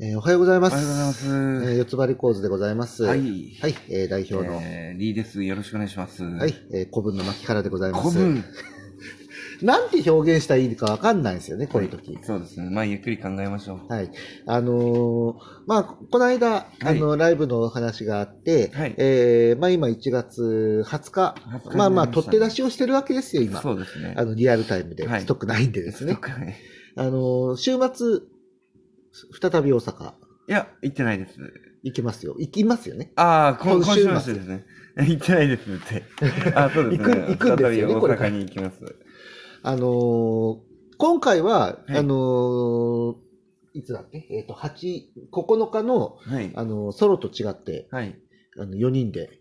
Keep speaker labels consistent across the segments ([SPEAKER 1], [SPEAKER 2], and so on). [SPEAKER 1] えーおはようございま
[SPEAKER 2] お
[SPEAKER 1] す。
[SPEAKER 2] はようございます。
[SPEAKER 1] えー四つ張り構図でございます。
[SPEAKER 2] はい
[SPEAKER 1] はい、えー代表の、
[SPEAKER 2] えー、リーです。よろしくお願いします。は
[SPEAKER 1] はい。、えー古文の巻原でございます。
[SPEAKER 2] 古文。
[SPEAKER 1] なんて表現したらいいかわかんないですよね、こういう時。
[SPEAKER 2] そうですね。まあ、ゆっくり考えましょう。
[SPEAKER 1] はい。あのーまあ、この間、あの、ライブのお話があって、
[SPEAKER 2] はい
[SPEAKER 1] えーまあ今1月20日、
[SPEAKER 2] 20日になりましたね
[SPEAKER 1] まあまあ、取って出しをしてるわけですよ、今。
[SPEAKER 2] そうですね。
[SPEAKER 1] あの、リアルタイムで、
[SPEAKER 2] はい
[SPEAKER 1] ストックないんでですね
[SPEAKER 2] そっ。かね
[SPEAKER 1] あのー週末、再び大阪
[SPEAKER 2] いや、行ってないです。
[SPEAKER 1] 行きますよ。行きますよね。
[SPEAKER 2] ああ、今
[SPEAKER 1] 今
[SPEAKER 2] 今
[SPEAKER 1] 週末
[SPEAKER 2] 週末ですね。 行ってないですって。あそうです
[SPEAKER 1] 行
[SPEAKER 2] ね。
[SPEAKER 1] く行くんですよね
[SPEAKER 2] 再び
[SPEAKER 1] これ
[SPEAKER 2] 大阪に行きます。
[SPEAKER 1] あのー今回は、
[SPEAKER 2] はい
[SPEAKER 1] あのーいつだっけえっ、と、8、9日の、
[SPEAKER 2] はい。
[SPEAKER 1] あのーソロと違って、
[SPEAKER 2] はい。
[SPEAKER 1] あの、4人で、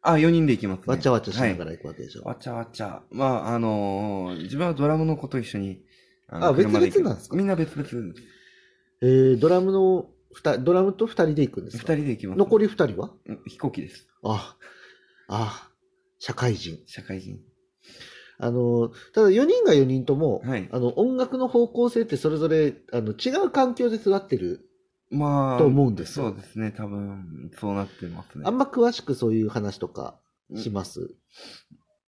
[SPEAKER 2] あ、4人で行きますね。
[SPEAKER 1] わちゃわちゃしなが
[SPEAKER 2] はい
[SPEAKER 1] ら行くわけでしょ。
[SPEAKER 2] わちゃわちゃ。まあ、あのー自分はドラムの子と一緒に。の
[SPEAKER 1] あ別々
[SPEAKER 2] 車行く
[SPEAKER 1] なんですか
[SPEAKER 2] みんな別々です。
[SPEAKER 1] えードラムの、ふたドラムと2人で行くんで
[SPEAKER 2] 二
[SPEAKER 1] すか
[SPEAKER 2] 人で行きます。
[SPEAKER 1] 残り2人は
[SPEAKER 2] うん飛行機です。
[SPEAKER 1] あ、あ、社会人。
[SPEAKER 2] 社会人。
[SPEAKER 1] あのーただ4人が4人とも、
[SPEAKER 2] はい
[SPEAKER 1] あの、音楽の方向性ってそれぞれ、あの、違う環境で育ってる。
[SPEAKER 2] まあ、
[SPEAKER 1] と思うんですよ
[SPEAKER 2] そうですね、多分、そうなってますね。
[SPEAKER 1] あんま詳しくそういう話とかします。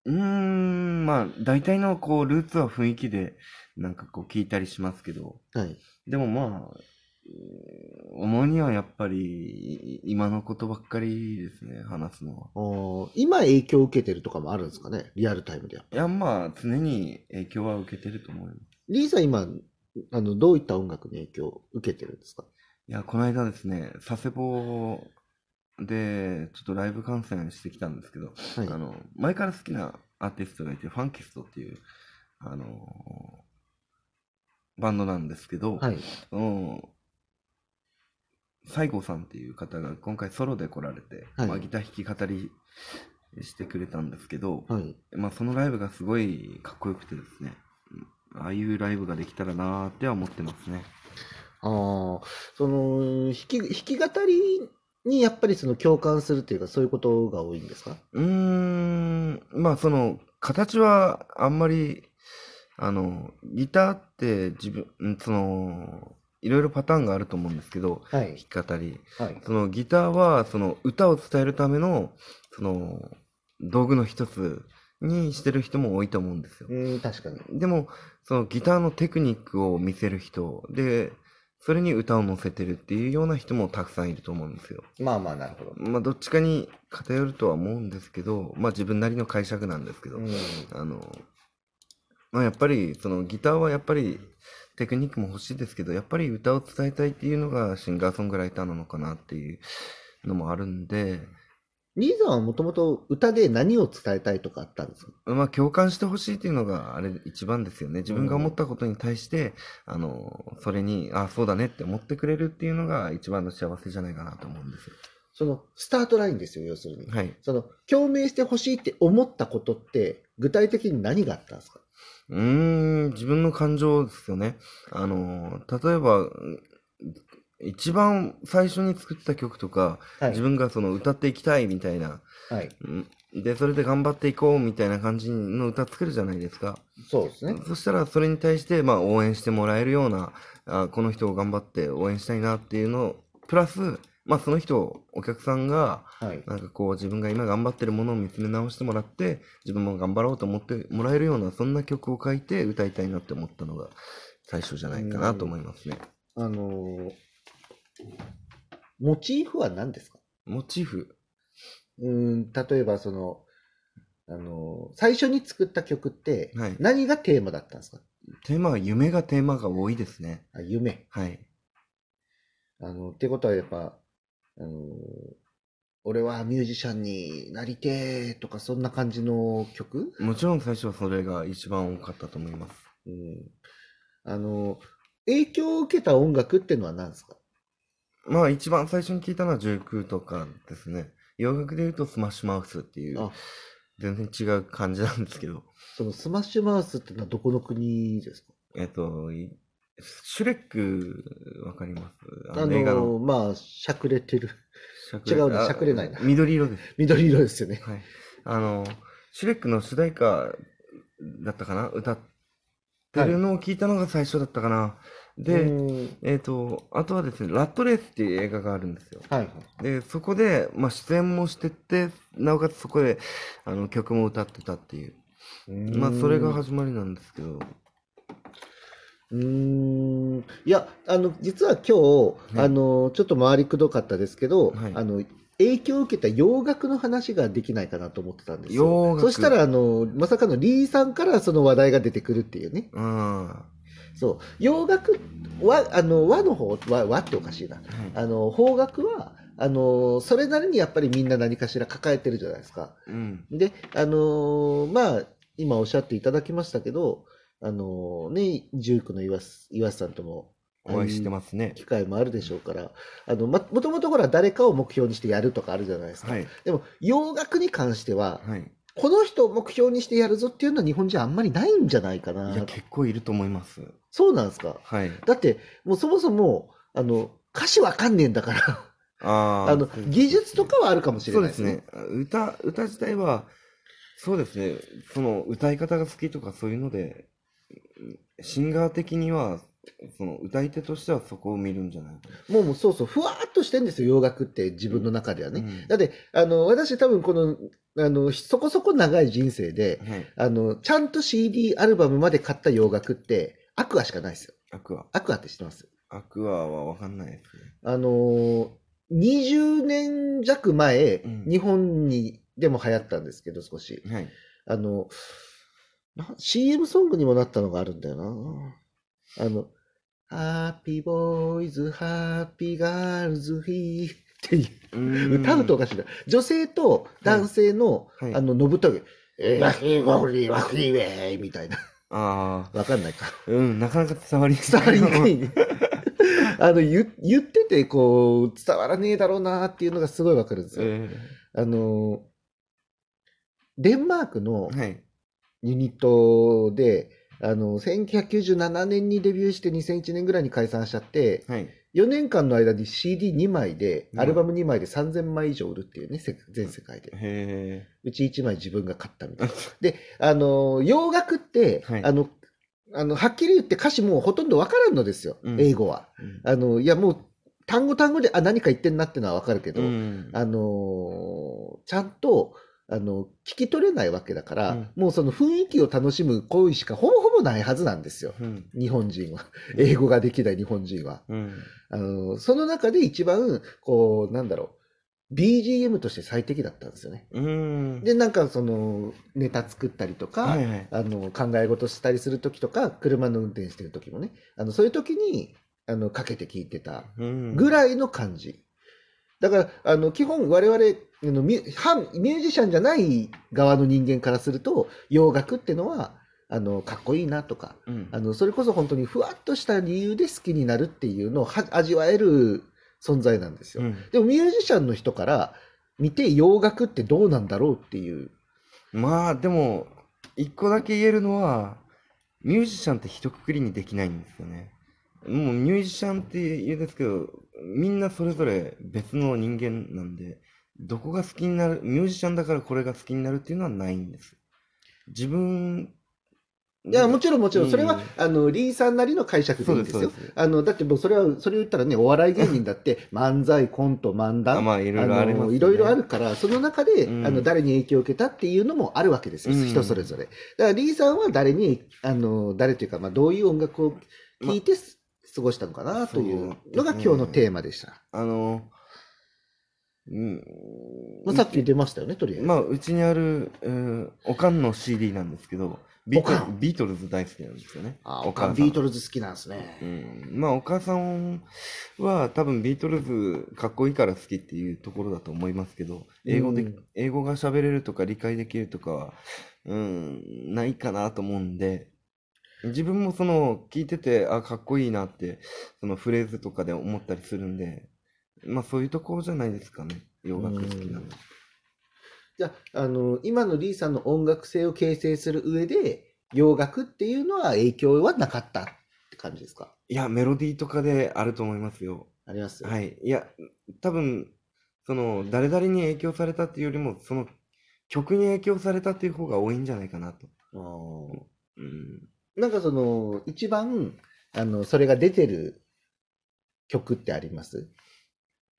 [SPEAKER 2] うーん、まあ、大体の、こう、ルーツは雰囲気で、なんかこう、聞いたりしますけど、
[SPEAKER 1] はい。
[SPEAKER 2] でもまあ、主にはやっぱり、い今のことばっかりですね、話すのは。
[SPEAKER 1] おー今影響を受けてるとかもあるんですかねリアルタイムでは。
[SPEAKER 2] いや、まあ、常に影響は受けてると思います。
[SPEAKER 1] リーさん今、あの、どういった音楽に影響を受けてるんですか
[SPEAKER 2] いや、この間ですね、佐世保で、ちょっとライブ観戦してきたんですけど、
[SPEAKER 1] はい。
[SPEAKER 2] あの前から好きなアーティストがいてファンキストっていう、あのーバンドなんですけど、
[SPEAKER 1] はい。
[SPEAKER 2] うん西郷さんっていう方が今回ソロで来られて、
[SPEAKER 1] はい
[SPEAKER 2] まあ、ギター弾き語りしてくれたんですけど、
[SPEAKER 1] はい。
[SPEAKER 2] まあ、そのライブがすごいかっこよくてですねうんああいうライブができたらなーっては思ってますね。
[SPEAKER 1] あーその、弾き、弾き語りにやっぱりその共感するというか、そういうことが多いんですか
[SPEAKER 2] うーん、まあその形はあんまり、あの、ギターって自分、うんその、いろいろパターンがあると思うんですけど、
[SPEAKER 1] は
[SPEAKER 2] 弾
[SPEAKER 1] い。
[SPEAKER 2] き語り。
[SPEAKER 1] はい。
[SPEAKER 2] そのギターはその歌を伝えるための、その、道具の一つにしてる人も多いと思うんですよ。
[SPEAKER 1] うん、確かに。
[SPEAKER 2] でも、そのギターのテクニックを見せる人で、それに歌を乗せてるっていうような人もたくさんいると思うんですよ。
[SPEAKER 1] まあまあ、なるほど。
[SPEAKER 2] まあ、どっちかに偏るとは思うんですけど、まあ、自分なりの解釈なんですけど、
[SPEAKER 1] うん。
[SPEAKER 2] あのまあ、やっぱりそのギターはやっぱりテクニックも欲しいですけどやっぱり歌を伝えたいっていうのがシンガーソングライターなのかなっていうのもあるんで、
[SPEAKER 1] リーさんはもともと歌で何を伝えたいとかあったんですか
[SPEAKER 2] まあ、共感してほしいっていうのがあれ一番ですよね自分が思ったことに対して、あのそれにあそうだねって思ってくれるっていうのが一番の幸せじゃないかなと思うんですよ。
[SPEAKER 1] その、スタートラインですよ、要するに。
[SPEAKER 2] はい
[SPEAKER 1] その、共鳴してほしいって思ったことって、具体的に何があったんですか
[SPEAKER 2] うーん、自分の感情ですよね。あの、例えば、うん一番最初に作った曲とか、
[SPEAKER 1] はい。
[SPEAKER 2] 自分がその歌っていきたいみたいな、
[SPEAKER 1] はい。
[SPEAKER 2] うんで、それで頑張っていこうみたいな感じの歌作るじゃないですか。
[SPEAKER 1] そうですね。
[SPEAKER 2] そしたらそれに対して、まあ応援してもらえるような、あこの人を頑張って応援したいなっていうのを、プラス、まあその人を、お客さんが、
[SPEAKER 1] はい。
[SPEAKER 2] なんかこう自分が今頑張ってるものを見つめ直してもらって自分も頑張ろうと思ってもらえるようなそんな曲を書いて歌いたいなって思ったのが最初じゃないかなと思いますね。
[SPEAKER 1] あのーモチーフは何ですか
[SPEAKER 2] モチーフ。
[SPEAKER 1] うーん、例えばその、あのー最初に作った曲って
[SPEAKER 2] はい、
[SPEAKER 1] 何がテーマだったんですか、
[SPEAKER 2] テーマは夢がテーマが多いですね。
[SPEAKER 1] あ夢。
[SPEAKER 2] はい。
[SPEAKER 1] あの、ってことはやっぱ、あのー俺はミュージシャンになりてーとか、そんな感じの曲、
[SPEAKER 2] もちろん最初はそれが一番多かったと思います。
[SPEAKER 1] うん、あのー影響を受けた音楽っていうのは何ですか
[SPEAKER 2] まあ一番最初に聞いたのは19とかですね。洋楽で言うとスマッシュマウスっていう
[SPEAKER 1] あ
[SPEAKER 2] 全然違う感じなんですけど。
[SPEAKER 1] そのスマッシュマウスってのはどこの国ですか
[SPEAKER 2] えっと、いシュレックわかります
[SPEAKER 1] あのーまあ、しゃくれてる。
[SPEAKER 2] しゃくれ
[SPEAKER 1] 違うな
[SPEAKER 2] あ
[SPEAKER 1] しゃくれないな
[SPEAKER 2] 緑色です。
[SPEAKER 1] 緑色ですよね。
[SPEAKER 2] はい。あの、シュレックの主題歌だったかな歌ってるのを聞いたのが最初だったかな。で、
[SPEAKER 1] うん
[SPEAKER 2] えっ、と、あとはですね、ラットレースっていう映画があるんですよ。
[SPEAKER 1] はいはい。
[SPEAKER 2] で、そこで、まあ、出演もしてって、なおかつそこで、あの、曲も歌ってたっていう。まあ、それが
[SPEAKER 1] う
[SPEAKER 2] 始まりなんですけど。
[SPEAKER 1] ーん。いや、あの、実は今日、
[SPEAKER 2] はい
[SPEAKER 1] あの、ちょっと回りくどかったですけど、
[SPEAKER 2] はい
[SPEAKER 1] あの、影響を受けた洋楽の話ができないかなと思ってたんですよ。
[SPEAKER 2] 洋楽
[SPEAKER 1] そしたら、あの、まさかのリーさんからその話題が出てくるっていうね。
[SPEAKER 2] うん。は
[SPEAKER 1] そう。洋楽は、あの、和の方、和、和っておかしいな。あの、邦楽は、あの、それなりにやっぱりみんな何かしら抱えてるじゃないですか。
[SPEAKER 2] い。うん。
[SPEAKER 1] で、あのーまあ、今おっしゃっていただきましたけど、あのーね、ジュークの岩瀬岩瀬さんとも
[SPEAKER 2] お会いしてますね。
[SPEAKER 1] 機会もあるでしょうから、あの、ま、もともとほら誰かを目標にしてやるとかあるじゃないですか。
[SPEAKER 2] はい。
[SPEAKER 1] でも、洋楽に関しては、
[SPEAKER 2] はい。い
[SPEAKER 1] この人を目標にしてやるぞっていうのは日本人あんまりないんじゃないか
[SPEAKER 2] や、
[SPEAKER 1] な。
[SPEAKER 2] 結構いると思います。
[SPEAKER 1] そうなんですか。
[SPEAKER 2] はい。
[SPEAKER 1] だって、もうそもそも、あの、歌詞わかんねえんだから、
[SPEAKER 2] あー
[SPEAKER 1] あの、技術とかはあるかもしれ
[SPEAKER 2] そう
[SPEAKER 1] ない
[SPEAKER 2] ですね。歌、歌自体は、そうですね。その、歌い方が好きとかそういうので、シンガー的には、その、歌い手としてはそこを見るんじゃないか
[SPEAKER 1] もうもうそうそう、ふわーっとしてんですよ、洋楽って自分の中では
[SPEAKER 2] な。
[SPEAKER 1] ね。だって、あの、私多分この、あの、そこそこ長い人生で
[SPEAKER 2] う、んはい。
[SPEAKER 1] あの、ちゃんと CD アルバムまで買った洋楽って、アクアしかないですよ。
[SPEAKER 2] アクア。
[SPEAKER 1] アクアって知ってます
[SPEAKER 2] アクアはわかんないですね。
[SPEAKER 1] あのー、20年弱前、
[SPEAKER 2] うん
[SPEAKER 1] 日本にでも流行ったんですけど、少し。
[SPEAKER 2] はい。
[SPEAKER 1] あの、な CM ソングにもなったのがあるんだよな。あの、ハッピーボーイズ、ハッピーガールズ、ヒーっていう。歌うとおかしいな。女性と男性の、
[SPEAKER 2] はいはい
[SPEAKER 1] あの、のぶとげ、えーワッヒーゴーリー、ワッヒーウェイみたいな。
[SPEAKER 2] ああ、
[SPEAKER 1] わかんないか。
[SPEAKER 2] うん、なかなか伝わり
[SPEAKER 1] 伝わりにく
[SPEAKER 2] い。
[SPEAKER 1] いね。あの、言言ってて、こう、伝わらねえだろうなっていうのがすごいわかるんですよ。
[SPEAKER 2] え
[SPEAKER 1] あの、デンマークの
[SPEAKER 2] ーはい。
[SPEAKER 1] ユニットで、あの、1997年にデビューして2001年ぐらいに解散しちゃって、
[SPEAKER 2] はい。
[SPEAKER 1] 4年間の間に CD2 枚で、
[SPEAKER 2] うん
[SPEAKER 1] アルバム2枚で3000枚以上売るっていうね、せ全世界で。
[SPEAKER 2] へ
[SPEAKER 1] うち1枚自分が買ったみたいな。で、あの、洋楽って、
[SPEAKER 2] はい
[SPEAKER 1] あの、あの、はっきり言って歌詞もうほとんどわからんのですよ、
[SPEAKER 2] うん
[SPEAKER 1] 英語は。
[SPEAKER 2] え。
[SPEAKER 1] あの、いやもう、単語単語で、あ、何か言ってんなってのはわかるけど、
[SPEAKER 2] うん。
[SPEAKER 1] あのーちゃんと、あの、聞き取れないわけだから、
[SPEAKER 2] うん
[SPEAKER 1] もうその雰囲気を楽しむ行為しかほぼほぼないはずなんですよ。
[SPEAKER 2] うん。
[SPEAKER 1] 日本人は。英語ができない日本人は。
[SPEAKER 2] うん。
[SPEAKER 1] あのーその中で一番、こう、なんだろう、BGM として最適だったんですよね。
[SPEAKER 2] うん。
[SPEAKER 1] で、なんかその、ネタ作ったりとか、
[SPEAKER 2] はいはい。
[SPEAKER 1] あの考え事したりする時とか車の運転してる時もねあのそういう時にあのかけて聞いてた
[SPEAKER 2] うん。
[SPEAKER 1] ぐらいの感じだからあの基本我々あのミュ反ミュージシャンじゃない側の人間からすると洋楽ってのはあのかっこいいなとか
[SPEAKER 2] うん。
[SPEAKER 1] あのそれこそ本当にふわっとした理由で好きになるっていうのをは味わえる存在なんですよ、
[SPEAKER 2] うん
[SPEAKER 1] でもミュージシャンの人から見て洋楽ってどうなんだろうっていう
[SPEAKER 2] まあでも一個だけ言えるのはミュージシャンって一括りにできないんですよねもうミュージシャンって言うんですけどみんなそれぞれ別の人間なんでどこが好きになるミュージシャンだからこれが好きになるっていうのはないんです自分
[SPEAKER 1] いや、もちろんもちろ、
[SPEAKER 2] うんん
[SPEAKER 1] それは、あの、リーさんなりの解釈でいいんです
[SPEAKER 2] そう
[SPEAKER 1] よ
[SPEAKER 2] ですそうです。
[SPEAKER 1] あの、だってもうそれは、それを言ったらね、お笑い芸人だ って、漫才、コント、漫
[SPEAKER 2] あ
[SPEAKER 1] 談、
[SPEAKER 2] まあいろいろありますよ
[SPEAKER 1] の
[SPEAKER 2] ね
[SPEAKER 1] いろいろあるから、その中で、
[SPEAKER 2] うん
[SPEAKER 1] あの、誰に影響を受けたっていうのもあるわけですよ、
[SPEAKER 2] うん
[SPEAKER 1] 人それぞれ。だから、リーさんは誰に、あの、誰というか、まあ、どういう音楽を聴いてす、過ごしたのかなというのが
[SPEAKER 2] そうですね
[SPEAKER 1] 今日のテーマでした。
[SPEAKER 2] あのうん
[SPEAKER 1] まあ、さっき出ましたよね、とりあえず。
[SPEAKER 2] まあうちにある、うん、おかんの CD なんですけどビー
[SPEAKER 1] おか
[SPEAKER 2] ト
[SPEAKER 1] ん
[SPEAKER 2] ビートルズ大好きなんですよね
[SPEAKER 1] あ、お
[SPEAKER 2] 母さ
[SPEAKER 1] か
[SPEAKER 2] ん
[SPEAKER 1] ビートルズ好きなんです
[SPEAKER 2] う
[SPEAKER 1] ね。
[SPEAKER 2] ん、まあお母さんは多分ビートルズかっこいいから好きっていうところだと思いますけど英語で、
[SPEAKER 1] うん
[SPEAKER 2] 英語が喋れるとか理解できるとかは、うん、ないかなと思うんで自分もその聞いててあかっこいいなってそのフレーズとかで思ったりするんでまあそういうところじゃないですかね洋楽好きなの、
[SPEAKER 1] じゃあ、あの、今のリーさんの音楽性を形成する上で、洋楽っていうのは影響はなかったって感じですか
[SPEAKER 2] いやメロディーとかであると思いますよ
[SPEAKER 1] あります。
[SPEAKER 2] はいい、いや、多分その誰々に影響されたっていうよりも、その曲に影響されたっていう方が多いんじゃないかなと。
[SPEAKER 1] あー
[SPEAKER 2] うん、
[SPEAKER 1] なんかその、一番、あの、それが出てる曲ってあります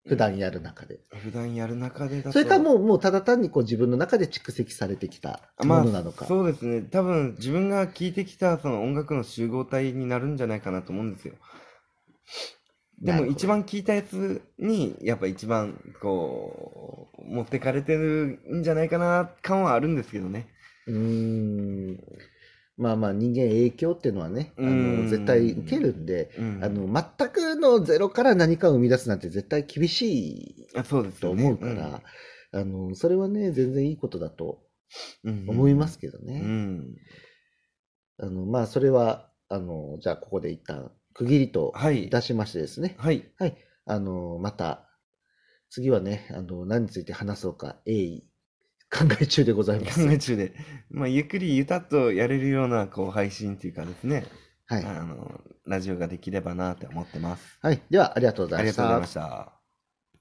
[SPEAKER 1] 普段やる中で。
[SPEAKER 2] 普段やる中でだと
[SPEAKER 1] それかもう、もうただ単にこう自分の中で蓄積されてきた
[SPEAKER 2] あま
[SPEAKER 1] も
[SPEAKER 2] あ
[SPEAKER 1] のなのか。
[SPEAKER 2] そうですね多分自分が聴いてきたその音楽の集合体になるんじゃないかなと思うんですよ
[SPEAKER 1] なる
[SPEAKER 2] でも
[SPEAKER 1] ほど
[SPEAKER 2] 一番聴いたやつにやっぱ一番こう持ってかれてるんじゃないかな感はあるんですけどね
[SPEAKER 1] うーん。まあまあ人間影響っていうのはね、あ
[SPEAKER 2] う
[SPEAKER 1] の
[SPEAKER 2] ん
[SPEAKER 1] 絶対受けるんで、
[SPEAKER 2] うん
[SPEAKER 1] あの全くのゼロから何かを生み出すなんて絶対厳し
[SPEAKER 2] あそうで
[SPEAKER 1] い
[SPEAKER 2] す
[SPEAKER 1] と
[SPEAKER 2] よね
[SPEAKER 1] 思うから、あのそれはね全然いいことだと
[SPEAKER 2] うんうん
[SPEAKER 1] 思いますけど
[SPEAKER 2] う
[SPEAKER 1] ね。
[SPEAKER 2] ん
[SPEAKER 1] あのまあそれはあのじゃあここで一旦区切りと
[SPEAKER 2] はい
[SPEAKER 1] いたしましてですね、
[SPEAKER 2] はい
[SPEAKER 1] あのまた次はねあの何について話そうか鋭意考え中でございます
[SPEAKER 2] 考。え中で、まあ、ゆっくりゆたっとやれるようなこう配信っていうかですね、
[SPEAKER 1] はい、
[SPEAKER 2] あのラジオができればなって思ってます
[SPEAKER 1] はい、ではありがとうご
[SPEAKER 2] あ
[SPEAKER 1] ざい
[SPEAKER 2] り
[SPEAKER 1] ま
[SPEAKER 2] が
[SPEAKER 1] し
[SPEAKER 2] とうござい
[SPEAKER 1] た
[SPEAKER 2] ま。した